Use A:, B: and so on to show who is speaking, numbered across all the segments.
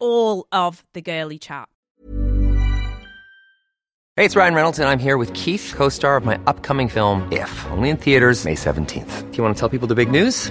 A: all of the girly chat.
B: Hey, it's Ryan Reynolds, and I'm here with Keith, co star of my upcoming film, If, only in theaters, May 17th. Do you want to tell people the big news?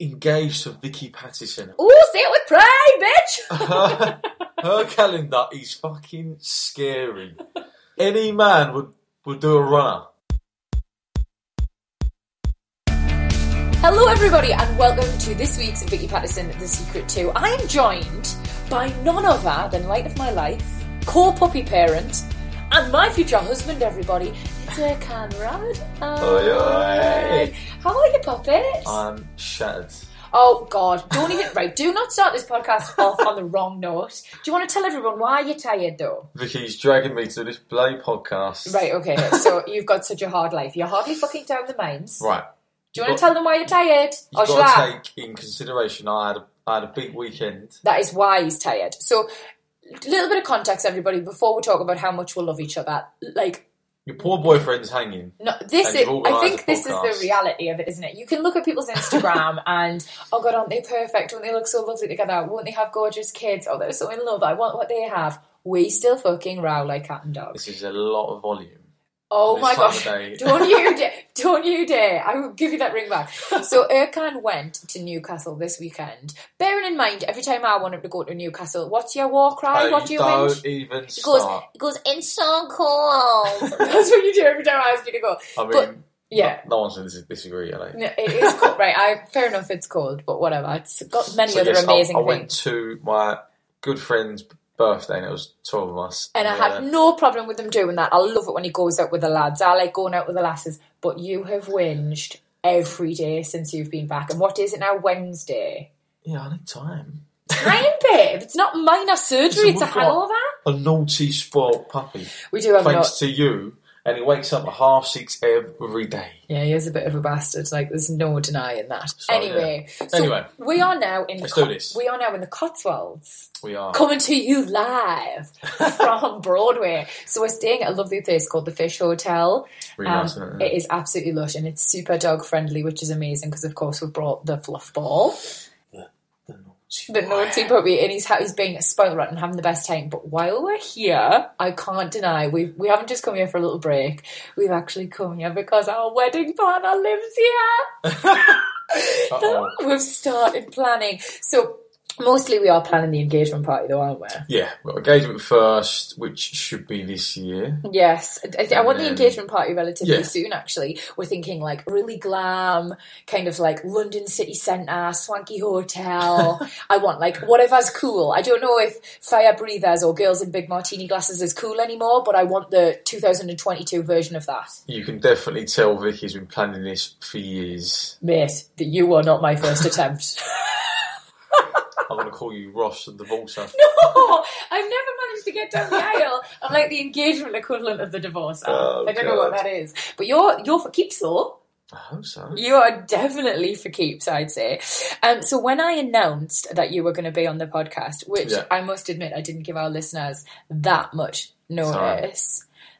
C: engaged to Vicky Pattison.
D: Ooh, say it with pride, bitch!
C: Her, her calendar is fucking scary. Any man would, would do a runner.
D: Hello, everybody, and welcome to this week's Vicky Patterson The Secret 2. I am joined by none other than Light of My Life, core puppy parent, and my future husband, everybody. It's a Conrad.
C: Oi, oi. Uh,
D: How are you, puppets?
C: I'm shattered.
D: oh, God, don't even. Right, do not start this podcast off on the wrong note. Do you want to tell everyone why you're tired, though?
C: Vicky's dragging me to this bloody podcast.
D: Right, okay, so you've got such a hard life. You're hardly fucking down the mines.
C: Right.
D: Do you want to tell them why you're tired?
C: You've
D: Or shall
C: got
D: I?
C: to take in consideration I had a, I had a big weekend.
D: That is why he's tired. So, a little bit of context, everybody, before we talk about how much we love each other. Like,
C: Your poor boyfriend's hanging.
D: no, this
C: And
D: is,
C: you've
D: I
C: organised
D: think
C: a
D: this is the
C: podcast.
D: reality of it, isn't it? You can look at people's Instagram and, oh God, aren't they perfect? Won't they look so lovely together? Won't they have gorgeous kids? Oh, they're so in love. I want what they have. We still fucking row like cat and dog.
C: This is a lot of volume.
D: Oh
C: This
D: my
C: time of
D: gosh.
C: day.
D: Don't you dare. Don't you dare. I will give you that ring back. So Erkan went to Newcastle this weekend. Bearing in mind, every time I want him to go to Newcastle, what's your war cry?
C: Oh,
D: what
C: you
D: do you
C: don't
D: whinge?
C: even
D: He goes,
C: start.
D: he goes, it's so cold. That's what you do every time I ask you to go.
C: I mean,
D: but, yeah.
C: no one's going to disagree, are they?
D: No, it is cold, right? I, fair enough, it's cold, but whatever. It's got many
C: So
D: other
C: yes, I-
D: amazing
C: I,
D: things.
C: went to my good friend's birthday, and it was twelve of us.
D: And I had
C: Yeah.
D: no problem with him doing that. I love it when he goes out with the lads. I like going out with the lasses. But you have whinged every day since you've been back. And what is it now? Wednesday.
C: Yeah, I need time.
D: Time, babe. It's not minor surgery. It's a
C: we've got
D: hangover.
C: A naughty, spoiled puppy.
D: We do have a
C: Thanks
D: not.
C: to you, and he wakes up at half six every day.
D: Yeah, he is a bit of a bastard. Like, there's no denying that.
C: So,
D: anyway,
C: yeah.
D: so
C: Anyway.
D: we are now in. the
C: Let's do this.
D: We are now in the Cotswolds.
C: We are.
D: coming to you live from Broadway. So we're staying at a lovely place called the Fish Hotel.
C: Really nice, isn't it?
D: Um, it is absolutely lush and it's super dog friendly, which is amazing because of course we've brought the fluff ball,
C: The naughty
D: the
C: boy.
D: naughty puppy, and he's ha- he's being spoiled rotten, having the best time. But while we're here, I can't deny we we haven't just come here for a little break. We've actually come here because our wedding planner lives here.
C: Uh-oh.
D: We've started planning. So mostly we are planning the engagement party though, aren't we?
C: Yeah, we've got engagement first, which should be this year.
D: Yes, I, I- I want the
C: And then-
D: engagement party relatively
C: Yeah.
D: soon. Actually, we're thinking like really glam, kind of like London city centre, swanky hotel. I want like whatever's cool. I don't know if fire breathers or girls in big martini glasses is cool anymore, but I want the 2022 version of that.
C: You can definitely tell Vicky's been planning this for years.
D: Mate, that you are not my first attempt.
C: I'm going to call you Ross and the Volta.
D: Oh, I've never managed to get down the aisle. I'm like the engagement equivalent of the divorce. aisle.
C: Oh,
D: I don't know what
C: God.
D: that is, but you're you're for keeps though.
C: I hope so.
D: You are definitely for keeps, I'd say. Um, so when I announced that you were going to be on the podcast, which
C: Yeah.
D: I must admit I didn't give our listeners that much notice,
C: alright.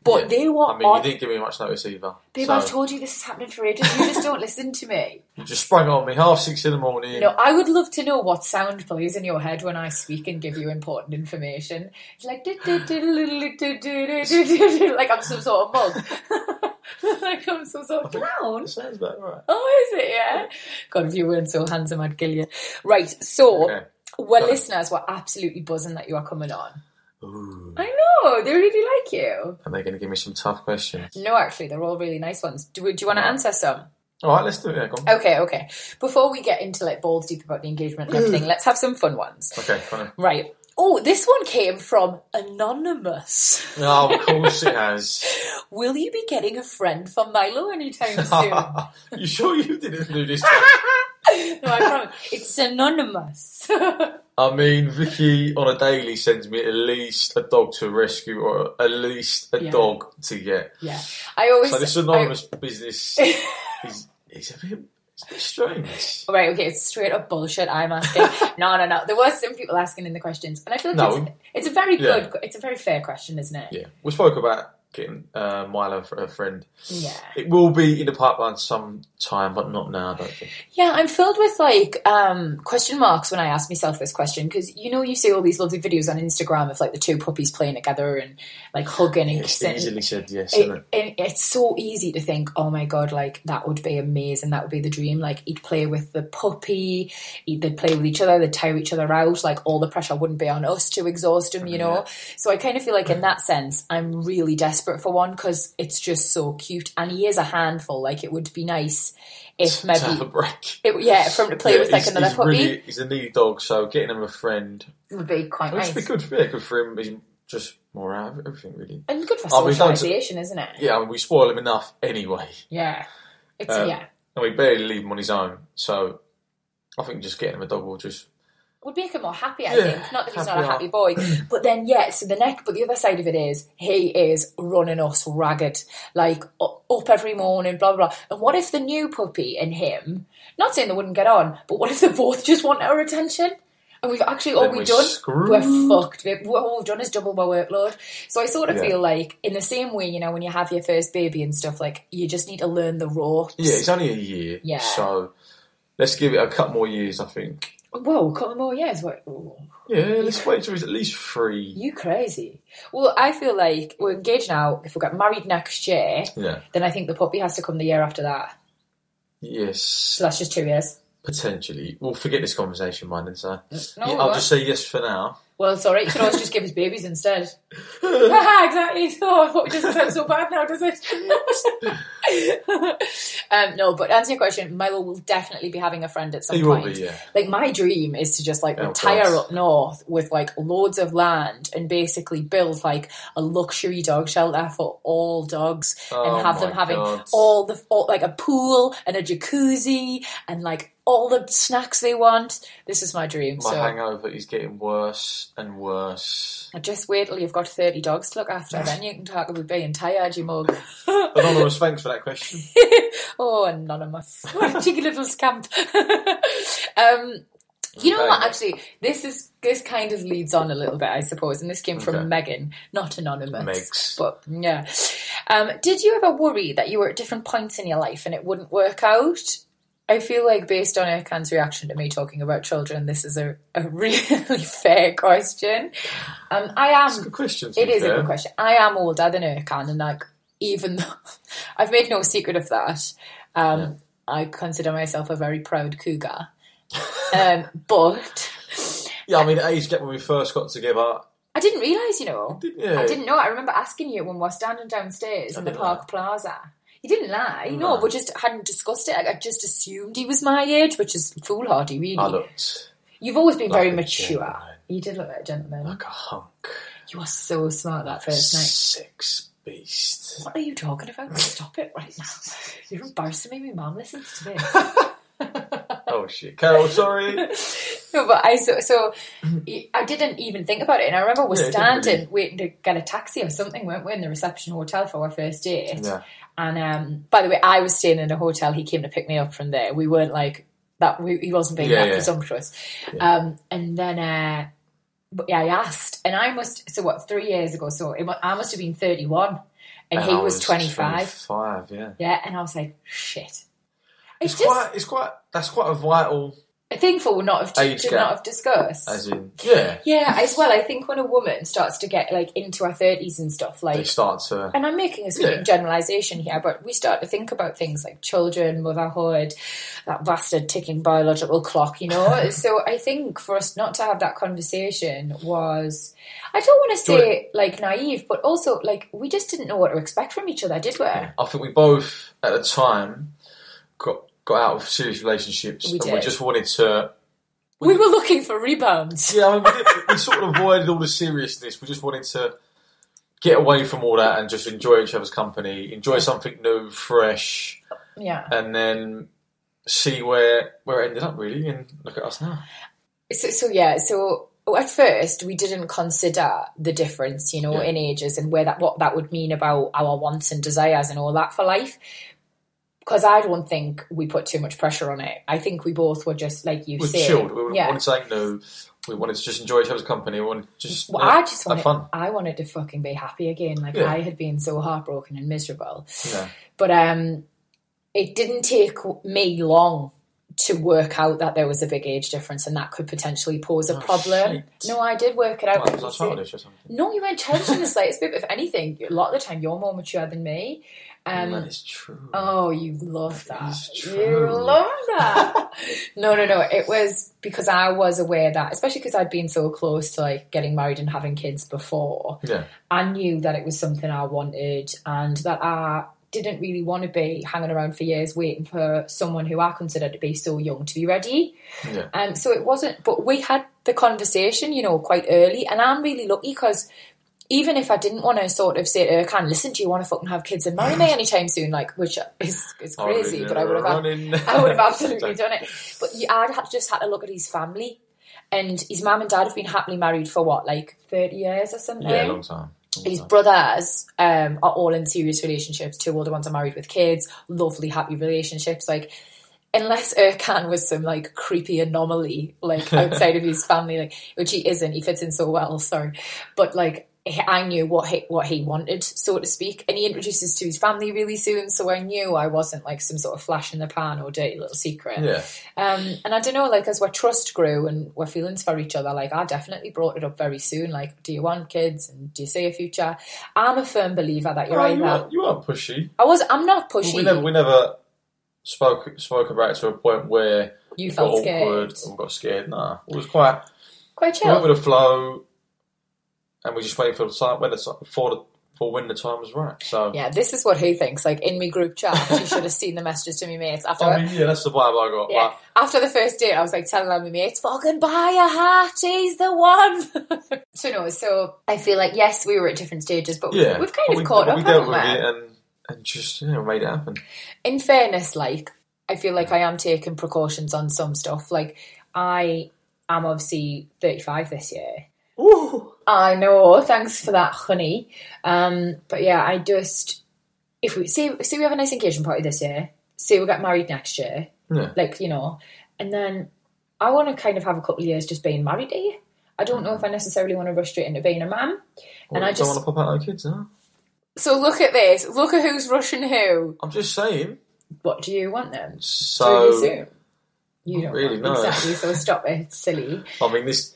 D: but
C: Yeah.
D: they were
C: I mean,
D: on.
C: you didn't give me much notice either.
D: Babe,
C: so
D: I've told you this is happening for ages. You just don't listen to me.
C: you just sprung on me half six in the morning.
D: No, I would love to know what sound plays in your head when I speak and give you important information. It's like like I'm some sort of mug. like I'm some sort of clown.
C: Sounds about right.
D: Oh, is it? Yeah. God, if you weren't so handsome, I'd kill you. Right. So,
C: Okay.
D: well,
C: Got it.
D: listeners were absolutely buzzing that you are coming on.
C: Ooh.
D: I know they really like you.
C: Are they going to give me some tough questions?
D: No, actually, they're all really nice ones. Do, do you want to answer some?
C: All right, let's do it. Yeah, go on.
D: Okay, okay. Before we get into like balls deep about the engagement and everything, let's have some fun ones.
C: Okay, go on.
D: Right. Oh, this one came from anonymous.
C: Oh, of course it has.
D: Will you be getting a friend from Milo anytime soon? no,
C: you sure you didn't do this?
D: I promise. It's anonymous.
C: I mean, Vicky on a daily sends me at least a dog to rescue or at least a
D: Yeah.
C: dog to get.
D: yeah. Oh. I always.
C: So this
D: I-
C: anonymous business is, is a bit, it's a bit strange.
D: Right, okay, it's straight up bullshit I'm asking. no, no, no. There were some people asking in the questions, and I feel like
C: No.
D: it's, it's a very
C: Yeah.
D: good, it's a very fair question, isn't it?
C: Yeah, we spoke about getting uh, Milo for a friend.
D: Yeah.
C: It will be in the pipeline sometime, but not now. I don't think.
D: Yeah, I'm filled with like um, question marks when I ask myself this question because you know you see all these lovely videos on Instagram of like the two puppies playing together and like hugging and
C: It's
D: kissing.
C: easily said yes,
D: It-
C: isn't it?
D: and it's so easy to think, oh my god, like that would be amazing. That would be the dream. Like he'd play with the puppy, he'd, they'd play with each other, they'd tire each other out. Like all the pressure wouldn't be on us to exhaust him, you know. So I kind of feel like in that sense, I'm really desperate for one because it's just so cute, and he is a handful. Like it would be nice if
C: To have a
D: maybe.
C: break.
D: It, yeah, for him to play
C: Yeah,
D: with like
C: he's,
D: another
C: he's
D: puppy
C: really- he's a needy dog, so getting him a friend
D: would be quite
C: Which
D: nice.
C: would be good for, yeah, good for him. He's just more out of everything, really.
D: And good for
C: Oh, we've done-
D: socialisation, isn't it?
C: Yeah, I mean, we spoil him enough anyway.
D: Yeah. It's,
C: Um,
D: yeah.
C: And we barely leave him on his own. So I think just getting him a dog will just.
D: would make him more happy. I
C: Yeah,
D: think not that he's not a
C: happy
D: happy boy, but then yeah. So the neck, but the other side of it is he is running us ragged, like u- up every morning, blah blah. blah. And what if the new puppy and him? Not saying they wouldn't get on, but what if they both just want our attention? And we've actually all
C: Then
D: we've
C: we're
D: done,
C: screwed.
D: we're fucked. We- what All we've done is double my workload. So I sort of
C: Yeah.
D: feel like, in the same way, you know, when you have your first baby and stuff, like you just need to learn the ropes.
C: Yeah, it's only a year.
D: Yeah.
C: So let's give it a couple more years, I think.
D: Whoa, a couple more years. What?
C: Yeah, let's wait till he's at least three.
D: You crazy. Well, I feel like we're engaged now. If we get married next year,
C: Yeah.
D: then I think the puppy has to come the year after that.
C: Yes.
D: So that's just two years.
C: Potentially. We'll forget this conversation, mind, and so.
D: No,
C: Yeah,
D: we
C: I'll
D: won't.
C: just say yes for now.
D: Well, it's alright. You can always just give us babies instead. Haha, exactly. Oh, I thought it doesn't sound so bad now, does it? um, no, but to answer your question, Milo will definitely be having a friend at some
C: He will
D: point.
C: be, yeah.
D: Like my dream is to just like
C: Oh,
D: retire
C: God.
D: up north with like loads of land and basically build like a luxury dog shelter for all dogs
C: Oh,
D: and have them
C: my
D: having
C: God.
D: all the all, like a pool and a jacuzzi and like all the snacks they want. This is my dream.
C: My
D: so
C: hangover is getting worse and worse.
D: just wait till you've got 30 dogs to look after, then you can talk about being tired, you mug.
C: Anonymous, thanks for that question.
D: oh, anonymous. Cheeky little scamp. um, you know what,
C: Okay.
D: actually, this is this kind of leads on a little bit, I suppose, and this came from
C: Okay.
D: Megan, not anonymous.
C: Megs.
D: But yeah. Um, did you ever worry that you were at different points in your life and it wouldn't work out? I feel like based on Erkan's reaction to me talking about children, this is a, a really fair question. Um, I am
C: It's a good question. to
D: it
C: be
D: is a
C: fair.
D: good question. I am older than Erkan, and like even though I've made no secret of that, um, I consider myself a very proud cougar. um, but
C: Yeah, I mean, age gap when we first got together,
D: I didn't realise, you know,
C: Didn't you?
D: I didn't know. I remember asking you when we were standing downstairs in the
C: didn't
D: Park Plaza. You didn't lie, no, but just hadn't discussed it. I, I just assumed he was my age, which is foolhardy, really.
C: I looked
D: You've always been very
C: a
D: mature.
C: gentleman.
D: You did look like a gentleman.
C: like a hunk.
D: You were so smart that first night.
C: Sex beast.
D: What are you talking about? Stop it right now. You're embarrassing me. My mum listens to this.
C: Oh shit, Carol, sorry.
D: no, but I so, so I didn't even think about it. And I remember we're
C: Yeah, it didn't
D: standing
C: really-
D: waiting to get a taxi or something, weren't we, in the reception hotel for our first date?
C: Yeah.
D: And um, by the way, I was staying in a hotel. He came to pick me up from there. We weren't like that. We, he wasn't being
C: Yeah,
D: that
C: yeah.
D: presumptuous. Um, and then. Uh, but yeah, I asked, and I must. So what? Three years ago, so it, mu- I must have been thirty-one, and, he
C: I
D: was, twenty-five.
C: 25, yeah.
D: Yeah, and I was like, shit. It's,
C: It's
D: just
C: quite. It's quite. That's quite a vital
D: thing for not have
C: Age
D: to
C: gap.
D: not have discussed.
C: As in, yeah,
D: yeah, as well. I think when a woman starts to get like into her thirties and stuff,
C: they
D: like
C: start to.
D: and I'm making a
C: Yeah.
D: sweeping generalisation here, but we start to think about things like children, motherhood, that bastard ticking biological clock, you know? so I think for us not to have that conversation was, I don't want to
C: Do you
D: say like naive, but also like we just didn't know what to expect from each other, did we?
C: I think we both at the time got got out of serious relationships,
D: We
C: and we
D: did.
C: just wanted to.
D: We were looking for rebounds.
C: Yeah, I mean, we, did, we sort of avoided all the seriousness. We just wanted to get away from all that and just enjoy each other's company, enjoy something new, fresh,
D: Yeah.
C: and then see where where it ended up really. And look at us now.
D: So, so yeah, so oh, at first we didn't consider the difference, you know,
C: Yeah.
D: in ages and where that what that would mean about our wants and desires and all that for life. Because I don't think we put too much pressure on it. I think we both were just like you
C: We were
D: said.
C: chilled. We
D: yeah.
C: wanted something new. We wanted to just enjoy each other's company. We wanted to just
D: well,
C: yeah,
D: I just
C: have
D: wanted,
C: fun.
D: I wanted to fucking be happy again. Like
C: Yeah.
D: I had been so heartbroken and miserable.
C: Yeah.
D: But um, it didn't take me long to work out that there was a big age difference and that could potentially pose a
C: Oh,
D: problem.
C: shit.
D: No, I did work it out.
C: Well, was I childish or something?
D: No, you weren't childish in the slightest bit. If anything, a lot of the time you're more mature than me. Um,
C: that is true.
D: Oh, you love that.
C: Mm. is true.
D: You love that. no, no, no. It was because I was aware that, especially because I'd been so close to like getting married and having kids before.
C: yeah.
D: I knew that it was something I wanted and that I didn't really want to be hanging around for years waiting for someone who I considered to be so young to be ready.
C: Yeah.
D: Um, so it wasn't, but we had the conversation, you know, quite early, and I'm really lucky because even if I didn't want to sort of say to her, "Can listen, do you want to fucking have kids and marry me anytime soon?" Like, which is is
C: I would've
D: crazy,
C: been
D: but I would have,
C: Oh, running.
D: I would have absolutely done it. But you, I'd had, just had to look at his family, and his mum and dad have been happily married for what, like thirty years or something.
C: Yeah, long time. Long
D: His
C: time.
D: brothers um, are all in serious relationships. Two older ones are married with kids, lovely, happy relationships. Like, unless Erkan was some like creepy anomaly, like outside of his family, like which he isn't. He fits in so well. Sorry, but like he- I knew what he what he wanted, so to speak, and he introduced us to his family really soon. So I knew I wasn't like some sort of flash in the pan or dirty little secret.
C: Yeah.
D: Um, and I don't know, like as our trust grew and our feelings for each other, like I definitely brought it up very soon. Like, do you want kids and do you see a future? I'm a firm believer that you're
C: Oh,
D: either.
C: you, are, you are pushy.
D: I was. I'm not pushy.
C: We never, we never spoke spoke about it to a point where we
D: you
C: got
D: felt
C: awkward
D: scared.
C: or got scared. Nah, it was quite.
D: Quite
C: We went
D: chill.
C: with the flow, and we just waited for the time when the ti- for the for when the time was right. So
D: Yeah, this is what he thinks. Like in my group chat, you should have seen the messages to me mates after.
C: I mean, yeah, that's the vibe I got.
D: yeah.
C: Like,
D: After the first date, I was like telling all my mates, fucking buy a hat, he's the one. so, no, so I feel like, yes, we were at different stages, but we've-
C: yeah,
D: we've kind
C: but
D: of
C: we,
D: caught
C: but
D: up,
C: We
D: haven't
C: dealt
D: we?
C: with it and and just you know, made it happen.
D: in fairness, like I feel like I am taking precautions on some stuff. Like I am obviously 35 this year. I know. Thanks for that, honey. Um, but yeah, I just if we see say we have a nice engagement party this year, say we get married next year,
C: Yeah.
D: like you know, and then I want to kind of have a couple of years just being married to you. I don't know if I necessarily want to rush straight into being a man.
C: Well,
D: and I
C: don't
D: just
C: want to pop out our kids. Huh?
D: so look at this. Look at who's rushing who.
C: I'm just saying.
D: What do you want then?
C: So
D: really soon. You don't
C: really,
D: know.
C: no.
D: exactly. So stop it, it's silly.
C: I mean, this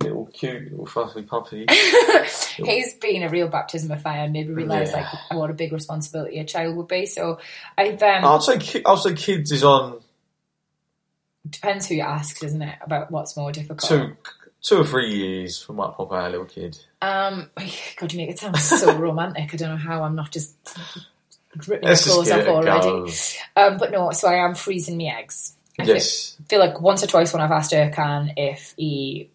C: little cute little fluffy puppy.
D: He's been a real baptism of fire, and made me realise
C: Yeah.
D: like what a big responsibility a child would be. So I've um,
C: I'll say, ki- I'll say, kids is on
D: depends who you ask, doesn't it? About what's more difficult.
C: two, two or three years from might pop out a little kid.
D: Um, God, you make it sound so romantic. I don't know how I'm not just ripping the
C: Let's just
D: clothes
C: give
D: up
C: it a go.
D: already. Um, but no, so I am freezing my eggs. I feel-
C: Yes.
D: feel like once or twice when I've asked Erkan if he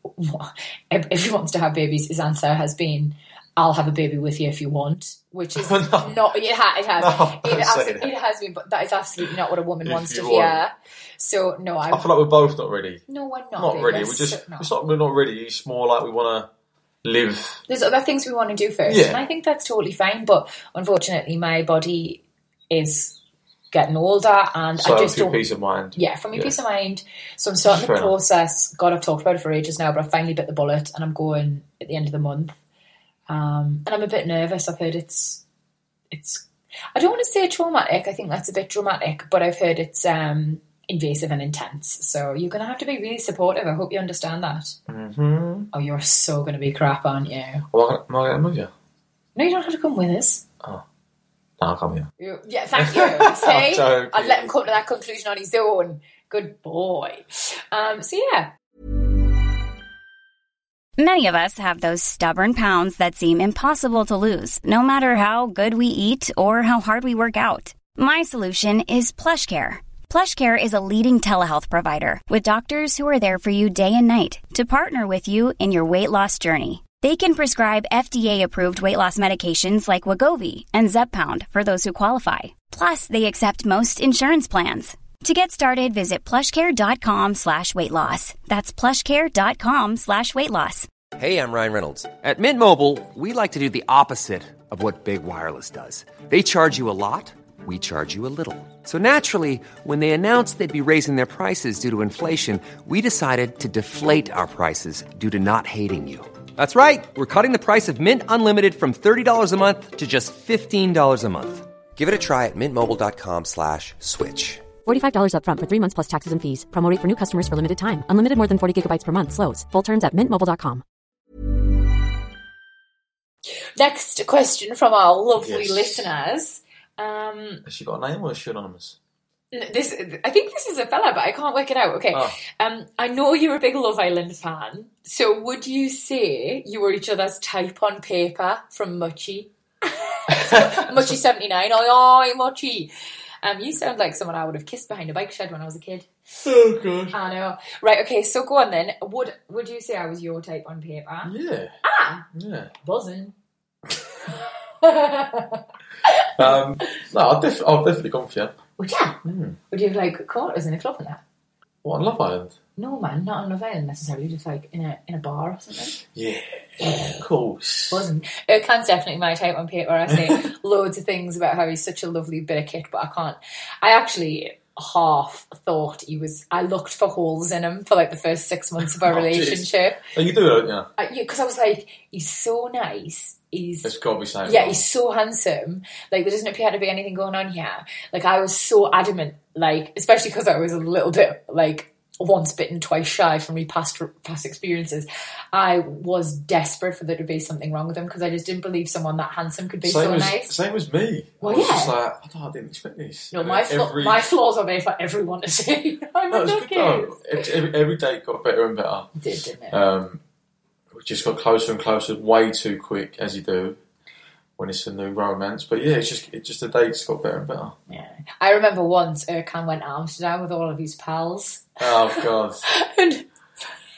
D: if if he wants to have babies, his answer has been, "I'll have a baby with you if you want," which is
C: No.
D: not it ha- it has
C: No,
D: it,
C: don't
D: abso-
C: say that.
D: it has been, but that is absolutely not what a woman
C: If
D: wants to
C: you want.
D: hear. So no, I,
C: I feel like we're both not ready.
D: no, we're not,
C: Not
D: babe,
C: ready.
D: we're
C: We're just.
D: so- no.
C: It's not. We're not ready. It's more like we want to live.
D: There's other things we want to do first,
C: Yeah.
D: and I think that's totally fine. But unfortunately, my body is getting older, and
C: So
D: I just
C: for your
D: don't.
C: peace of mind.
D: Yeah, from your
C: Yeah.
D: peace of mind. So I'm starting
C: Fair
D: the
C: enough.
D: process. God, I've talked about it for ages now, but I finally bit the bullet, and I'm going at the end of the month. Um, and I'm a bit nervous. I've heard it's, it's. I don't want to say traumatic. I think that's a bit dramatic, but I've heard it's um, invasive and intense. So you're going to have to be really supportive. I hope you understand that. Mm-hmm. Oh, you're so going to be crap, aren't you?
C: Well, Oh, I can, am I going to move you? Oh.
D: No, you don't have to come with us.
C: No, I'll come here.
D: You- Yeah, thank you. See,
C: joking.
D: I'd let him come to that conclusion on his own. Good boy. Um, so yeah,
E: Many of us have those stubborn pounds that seem impossible to lose, no matter how good we eat or how hard we work out. My solution is PlushCare. PlushCare is a leading telehealth provider with doctors who are there for you day and night to partner with you in your weight loss journey. They can prescribe FDA-approved weight loss medications like Wagovi and Zepbound for those who qualify. Plus, they accept most insurance plans. To get started, visit plushcare.com slash weight loss. That's plushcare.com slash weight loss.
B: Hey, I'm Ryan Reynolds. At Mint Mobile, we like to do the opposite of what Big Wireless does. They charge you a lot, we charge you a little. So naturally, when they announced they'd be raising their prices due to inflation, we decided to deflate our prices due to not hating you. That's right. We're cutting the price of Mint Unlimited from $30 a month to just $15 a month. Give it a try at mintmobile.com slash switch.
F: $45 upfront for three months plus taxes and fees. Promo rate for new customers for limited time. Unlimited more than 40 gigabytes per month. Slows. Full terms at mintmobile.com.
D: next question from our lovely
C: Yes.
D: listeners. Um,
C: Has she got a name or is she anonymous?
D: n- this, I think this is a fella, but I can't work it out. Okay,
C: Oh.
D: um, I know you're a big Love Island fan. So would you say you were each other's type on paper from Muchie? Muchie seventy nine. Oi, oi, Muchie. Um, you sound like someone I would have kissed behind a bike shed when I was a kid.
C: Oh, God.
D: I know. Right, okay, so go on then. Would would you say I was your type on paper?
C: Yeah.
D: Ah,
C: Yeah.
D: buzzing.
C: Um, no, I've, def- I've definitely gone for you.
D: Would ya?
C: Hmm.
D: Would you have like quarters in a club and that?
C: What, on Love Island?
D: No man, not on Love Island necessarily, just like in a in a bar or something.
C: Yeah. Of course.
D: Buzzing. It can's definitely my type on paper. I say loads of things about how he's such a lovely bit of kit, but I can't I actually half thought he was I looked for holes in him for like the first six months of our
C: Oh, jeez.
D: relationship.
C: Oh, you do, don't you?
D: because I was like, he's so nice. He's
C: It's got to be saying.
D: Yeah, he's so handsome. Like there doesn't appear to be anything going on here. Like I was so adamant, like especially because I was a little bit like once bitten, twice shy from my past past experiences. I was desperate for there to be something wrong with him because I just didn't believe someone that handsome could be
C: same
D: so
C: as,
D: nice.
C: Same as me.
D: Well,
C: I was
D: yeah.
C: just like, I, don't- I didn't expect this.
D: No,
C: And
D: my
C: then
D: flaw my flaws are there for everyone to see. I'm
C: No,
D: a
C: it's good though.
D: nutcase.
C: Every, every- every day got better and better.
D: It Did didn't it?
C: Um, we just got closer and closer, way too quick, as you do when it's a new romance. But yeah, it's just it just the dates got better and better.
D: yeah. I remember once Erkan went to Amsterdam with all of his pals.
C: Oh god,
D: And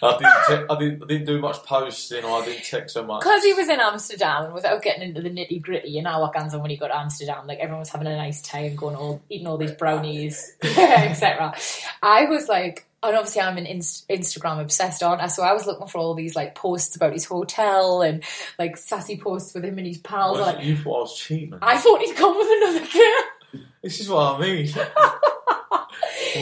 C: I didn't, te- I didn't I didn't do much posting or I didn't text so much.
D: because he was in Amsterdam and without getting into the nitty gritty, you know what guns on when he got to Amsterdam, like everyone was having a nice time, going all eating all these brownies, etc. I was like, and obviously I'm an inst- Instagram obsessed, aren't I? So I was looking for all these like posts about his hotel and like sassy posts with him and his pals.
C: What is it?
D: Like
C: you thought I was cheating.
D: I thought he'd gone with another girl.
C: this is what I mean.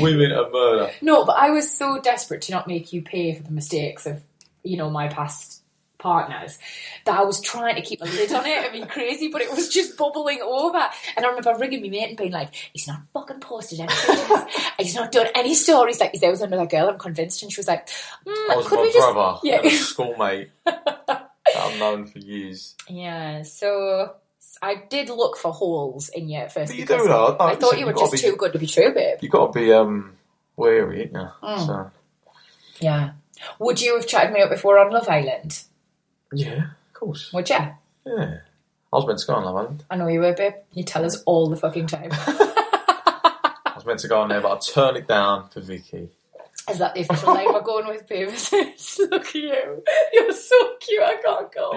C: Women are murder.
D: No, but I was so desperate to not make you pay for the mistakes of, you know, my past partners that I was trying to keep a lid on it. I mean, crazy, but it was just bubbling over. And I remember ringing my mate and being like, he's not fucking posted any pictures. he's not done any stories. Like, he's there with another girl, I'm convinced. And she was like,
C: I
D: mm,
C: was
D: could
C: my
D: we just...
C: brother, and a
D: Yeah.
C: schoolmate that I've known for years.
D: yeah, so... I did look for holes in you at first.
C: But you
D: because
C: do, though.
D: I thought
C: You've
D: you were
C: gotta
D: just
C: be-
D: too good to be true, babe.
C: You got to be um wary, ain't you?
D: Hmm.
C: So
D: Yeah. Would you have chatted me up if we were on Love Island?
C: yeah, of course.
D: Would you?
C: Yeah, I was meant to go on Love Island.
D: I know you were, babe. You tell us all the fucking time.
C: I was meant to go on there, but I turned it down for Vicky.
D: Is that the official line we're going with, babe? Look at you. You're so cute. I can't go.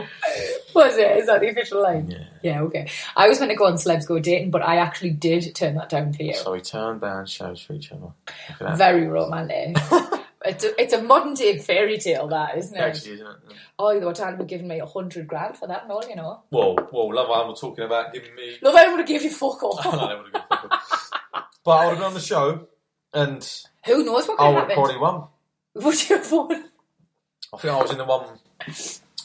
D: Was it? Is that the official line? Yeah. okay. I was meant to go on Celebs Go Dating, but I actually did turn that down for you.
C: So we turned down shows for each other. Look at that.
D: Very romantic. it's, a, it's a modern day fairy tale, that, isn't it?
C: Actually, isn't it?
D: Oh, they were talking about giving me a hundred grand for that and all, you know.
C: Whoa, whoa, Love Island were talking about giving me.
D: Love Island would have given you fuck all.
C: No, they would've given me- but I would have been on the show, and
D: Who knows what could
C: I
D: have
C: would have
D: happened?
C: probably won.
D: Would you have won?
C: I think I was in the one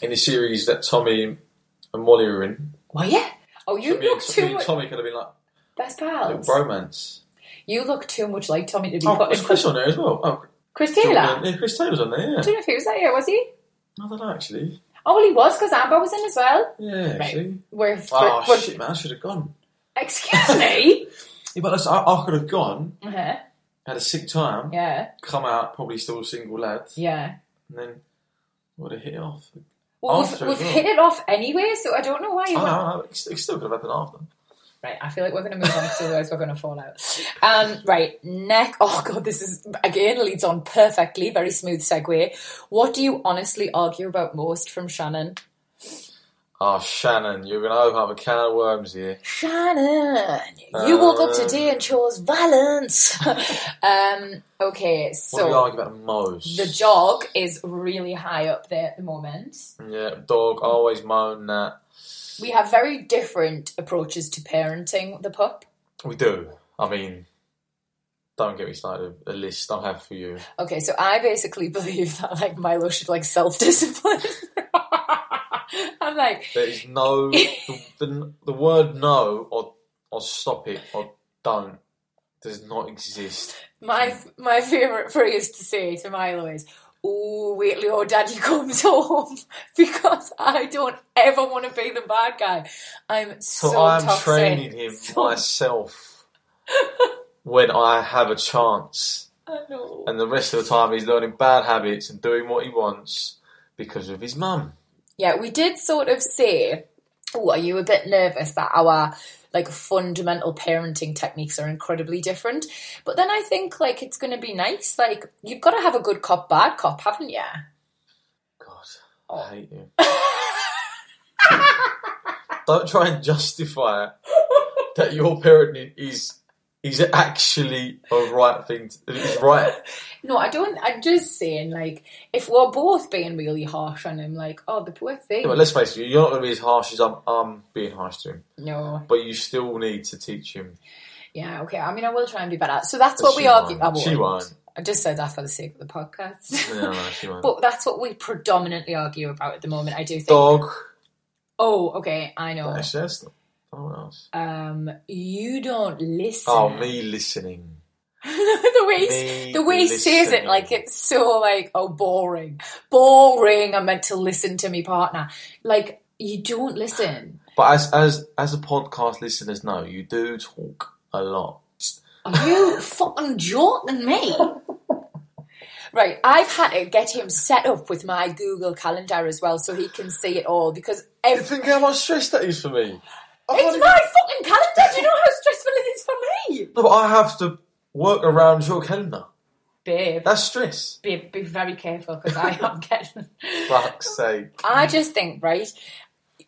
C: in the series that Tommy and Molly were in.
D: Were you? Oh, you
C: Me and-
D: look
C: me
D: too
C: and
D: much.
C: Tommy could have been like
D: Best pals.
C: romance.
D: You look too much like Tommy to be
C: Oh,
D: put
C: was
D: in-
C: Chris on there as well? Oh,
D: Chris
C: John-
D: Taylor.
C: Yeah, Chris Taylor's on there, yeah.
D: I don't know if he was that year, was he?
C: I don't know, actually.
D: Oh, well, he was because Amber was in as well.
C: Yeah, actually.
D: We're,
C: Oh,
D: we're-
C: shit, man, I should have gone.
D: Excuse me.
C: Yeah, but listen, I, I could have gone,
D: uh-huh.
C: had a sick time,
D: Yeah,
C: come out, probably still a single lad,
D: yeah.
C: and then would have hit it off.
D: Well,
C: After
D: we've,
C: as
D: we've
C: well.
D: hit it off anyway, so I don't know why you.
C: I
D: want-
C: know, I know, it still it still could have happened after.
D: Right, I feel like we're going to move on because otherwise we're going to fall out. Um, right, neck. Oh god, this is again leads on perfectly. Very smooth segue. What do you honestly argue about most from Shannon?
C: Oh, Shannon, you're going to open up a can of worms here.
D: Shannon, you woke
C: Uh.
D: up today and chose violence. um, okay,
C: What do we
D: so
C: argue about most?
D: the jog is really high up there at the moment.
C: Yeah, dog, always moan that.
D: We have very different approaches to parenting the pup.
C: We do. I mean, don't get me started. A list I have for you.
D: Okay, so I basically believe that like Milo should like self discipline. I'm like,
C: There is no the, the, the word no or or stop it or don't does not exist.
D: my my favorite phrase to say to Milo is, "Oh, wait till your daddy comes home," because I don't ever want to be the bad guy. I'm so,
C: So, I'm
D: toxic.
C: training him
D: So-
C: myself when I have a chance,
D: I know.
C: and the rest of the time he's learning bad habits and doing what he wants because of his mum.
D: Yeah, we did sort of say, "Oh, are you a bit nervous that our like fundamental parenting techniques are incredibly different?" But then I think like it's going to be nice. Like you've got to have a good cop, bad cop, haven't you?
C: God,
D: Oh.
C: I hate you. don't try and justify that your parenting is is actually a right thing. To, is right.
D: No, I don't. I'm just saying, like, if we're both being really harsh on him, like, oh, the poor thing.
C: Yeah, but let's face it, you're not going to be as harsh as I'm, I'm being harsh to him.
D: no,
C: But you still need to teach him.
D: yeah, okay. I mean, I will try and be better. So that's what
C: But
D: we
C: she
D: argue.
C: won't.
D: I
C: She won't.
D: I just said that for the sake of the podcast.
C: No, no, she won't.
D: but that's what we predominantly argue about at the moment. I do think.
C: Dog.
D: Oh, okay. I know.
C: Actually, that's not. No one else.
D: Um, you don't listen.
C: Oh, me listening.
D: the way he,
C: Me
D: the way he says it,
C: listening.
D: like it's so like oh boring, boring. I meant to listen to me partner. Like you don't listen.
C: But as as as the podcast listeners know, you do talk a lot.
D: Are you fucking joking me? Right, I've had to get him set up with my Google Calendar as well so he can see it all because
C: You
D: every,
C: think how much stress that is for me? I can't
D: it's
C: even-
D: my fucking calendar. Do you know how stressful it is for me?
C: No, but I have to work around your calendar.
D: Babe,
C: That's stress.
D: be, be very careful because I am getting.
C: Fuck's sake.
D: I just think, right,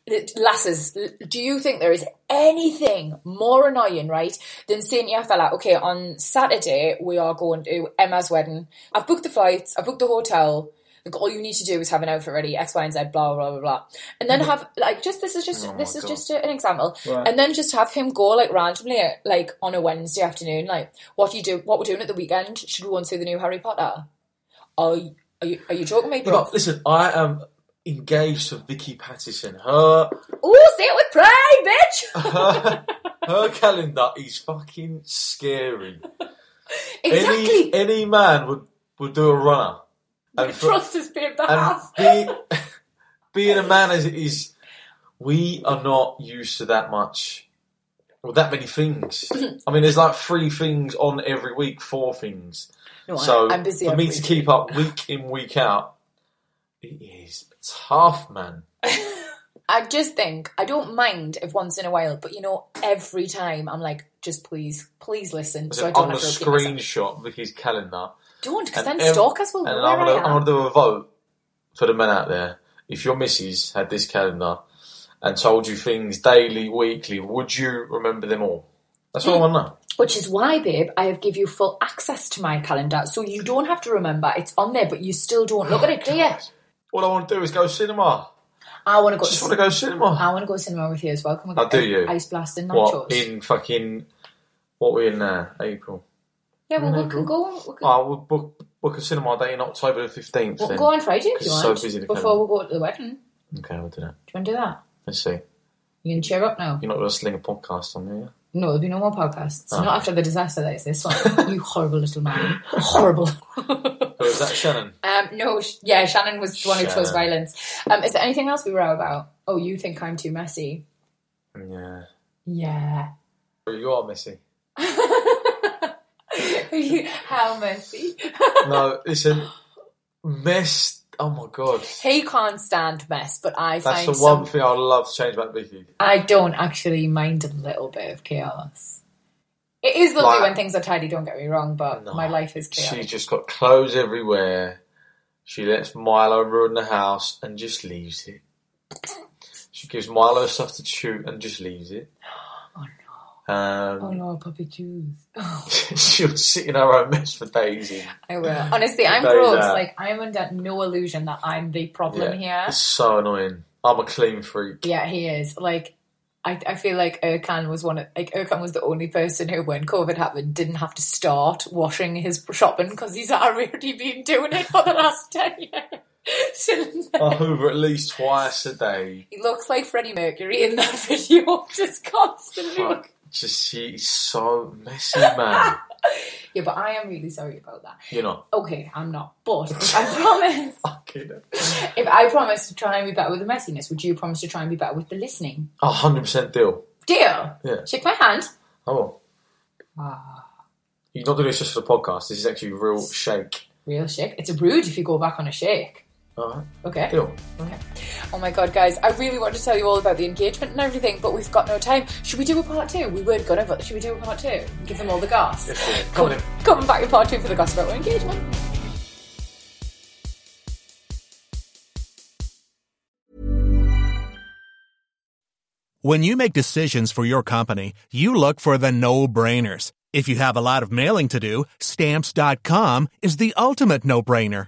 D: that- lasses, l- do you think there is anything more annoying, right, than saying to your fella, okay, on Saturday we are going to Emma's wedding. I've booked the flights, I've booked the hotel. Like, all you need to do is have an outfit ready, X, Y, and Z, blah, blah, blah, blah. And then have, like, just, this is just,
C: Mm-hmm. Oh my
D: this is
C: God.
D: just a- an example. And then just have him go, like, randomly, like, on a Wednesday afternoon, like, what you do, what we're doing at the weekend, should we go and see the new Harry Potter? Are you, are you, are you joking me, bro?
C: Look, listen, I am engaged to Vicky Pattison. Her
D: Oh, say it with pride,
C: her,
D: bitch!
C: her calendar is fucking scary. Any
D: Exactly.
C: any man would would do a runner. And, for-
D: Trust is paid back.
C: and be, being a man as it is, we are not used to that much. Well, that many things. I mean, there's like three things on every week, four things.
D: No, I-
C: so
D: I'm busy
C: for me
D: every
C: to keep up week in, week out, it is tough, man.
D: I just think I don't mind if once in a while, but you know, every time I'm like, just please, please listen. So I
C: I'm
D: don't
C: gonna
D: have to repeat myself.
C: screenshot Vicky's calendar.
D: Don't, because then
C: And ev-
D: stalkers will
C: And
D: know
C: I'm
D: where
C: gonna, I'm gonna
D: I am.
C: do a vote for the men out there. If your missus had this calendar and told you things daily, weekly, would you remember them all? That's all I want to know.
D: Which is why, babe, I have give you full access to my calendar, so you don't have to remember it's on there, but you still don't look at
C: Oh
D: it, do you?
C: All I want to do is go cinema.
D: I want to go.
C: I just
D: To,
C: want to go cinema.
D: I want to go cinema with you as well. Can we
C: I'll
D: get
C: do
D: ice-
C: you.
D: Ice blasting nachos.
C: What in fucking what we in now? April.
D: yeah, well, we can go. We can,
C: Oh, we'll book book a cinema day in October the fifteenth.
D: we
C: Then
D: can go on Friday if you
C: it's
D: want.
C: so busy to
D: before
C: come.
D: we go to the wedding. Do
C: okay, we'll do that.
D: you want to do that?
C: Let's see.
D: You can cheer up now.
C: You're not going to sling a podcast on there.
D: No, there'll be no more podcasts. Not after the disaster that is this one. you horrible little man. Horrible.
C: Oh, is that Shannon?
D: Um, no, sh- yeah, Shannon was the one who chose
C: Shannon.
D: violence. Um, is there anything else we row about? Oh, you think I'm too messy?
C: Yeah.
D: Yeah.
C: You are messy.
D: How messy?
C: No, listen. Mess. Oh my god.
D: He can't stand mess, but I
C: That's
D: find
C: the
D: some-
C: one thing I love to change about Vicky.
D: I don't actually mind a little bit of chaos. It is lovely
C: Like-
D: when things are tidy. Don't get me wrong, but
C: No.
D: my life is
C: She's
D: chaotic.
C: just got clothes everywhere. She lets Milo ruin the house and just leaves it. She gives Milo stuff to chew and just leaves it. Oh no. Um,
D: Oh no, puppy Jews.
C: she'll sit in her own mess for days. in.
D: I will. Honestly, I'm
C: Those
D: gross.
C: are-
D: Like I'm under no illusion that I'm the problem
C: Yeah.
D: here.
C: It's so annoying. I'm a clean freak.
D: Yeah, he is. Like I, I feel like Erkan was one of like Erkan was the only person who, when COVID happened, didn't have to start washing his shopping because he's already been doing it for the last ten years. So,
C: I hoover at least twice a day.
D: he looks like Freddie Mercury in that video, just constantly.
C: Fuck. Just she's so messy, man.
D: Yeah, but I am really sorry about that.
C: You're not
D: Okay, I'm not, but I promise.
C: fucking
D: If I promise to try and be better with the messiness, would you promise to try and be better with the listening?
C: a hundred percent deal.
D: Deal.
C: Yeah.
D: Shake my hand.
C: Come on. You're not doing this just for the podcast. This is actually real shake.
D: Real shake. It's rude if you go back on a shake.
C: Alright,
D: Okay.
C: deal.
D: Okay. Oh my god, guys! I really want to tell you all about the engagement and everything, but we've got no time. Should we do a part two? We were gonna, but should we do a part two? Give them all the goss.
C: Come on in.
D: Come back in part two for the goss about our engagement.
G: When you make decisions for your company, you look for the no-brainers. If you have a lot of mailing to do, stamps.com is the ultimate no-brainer.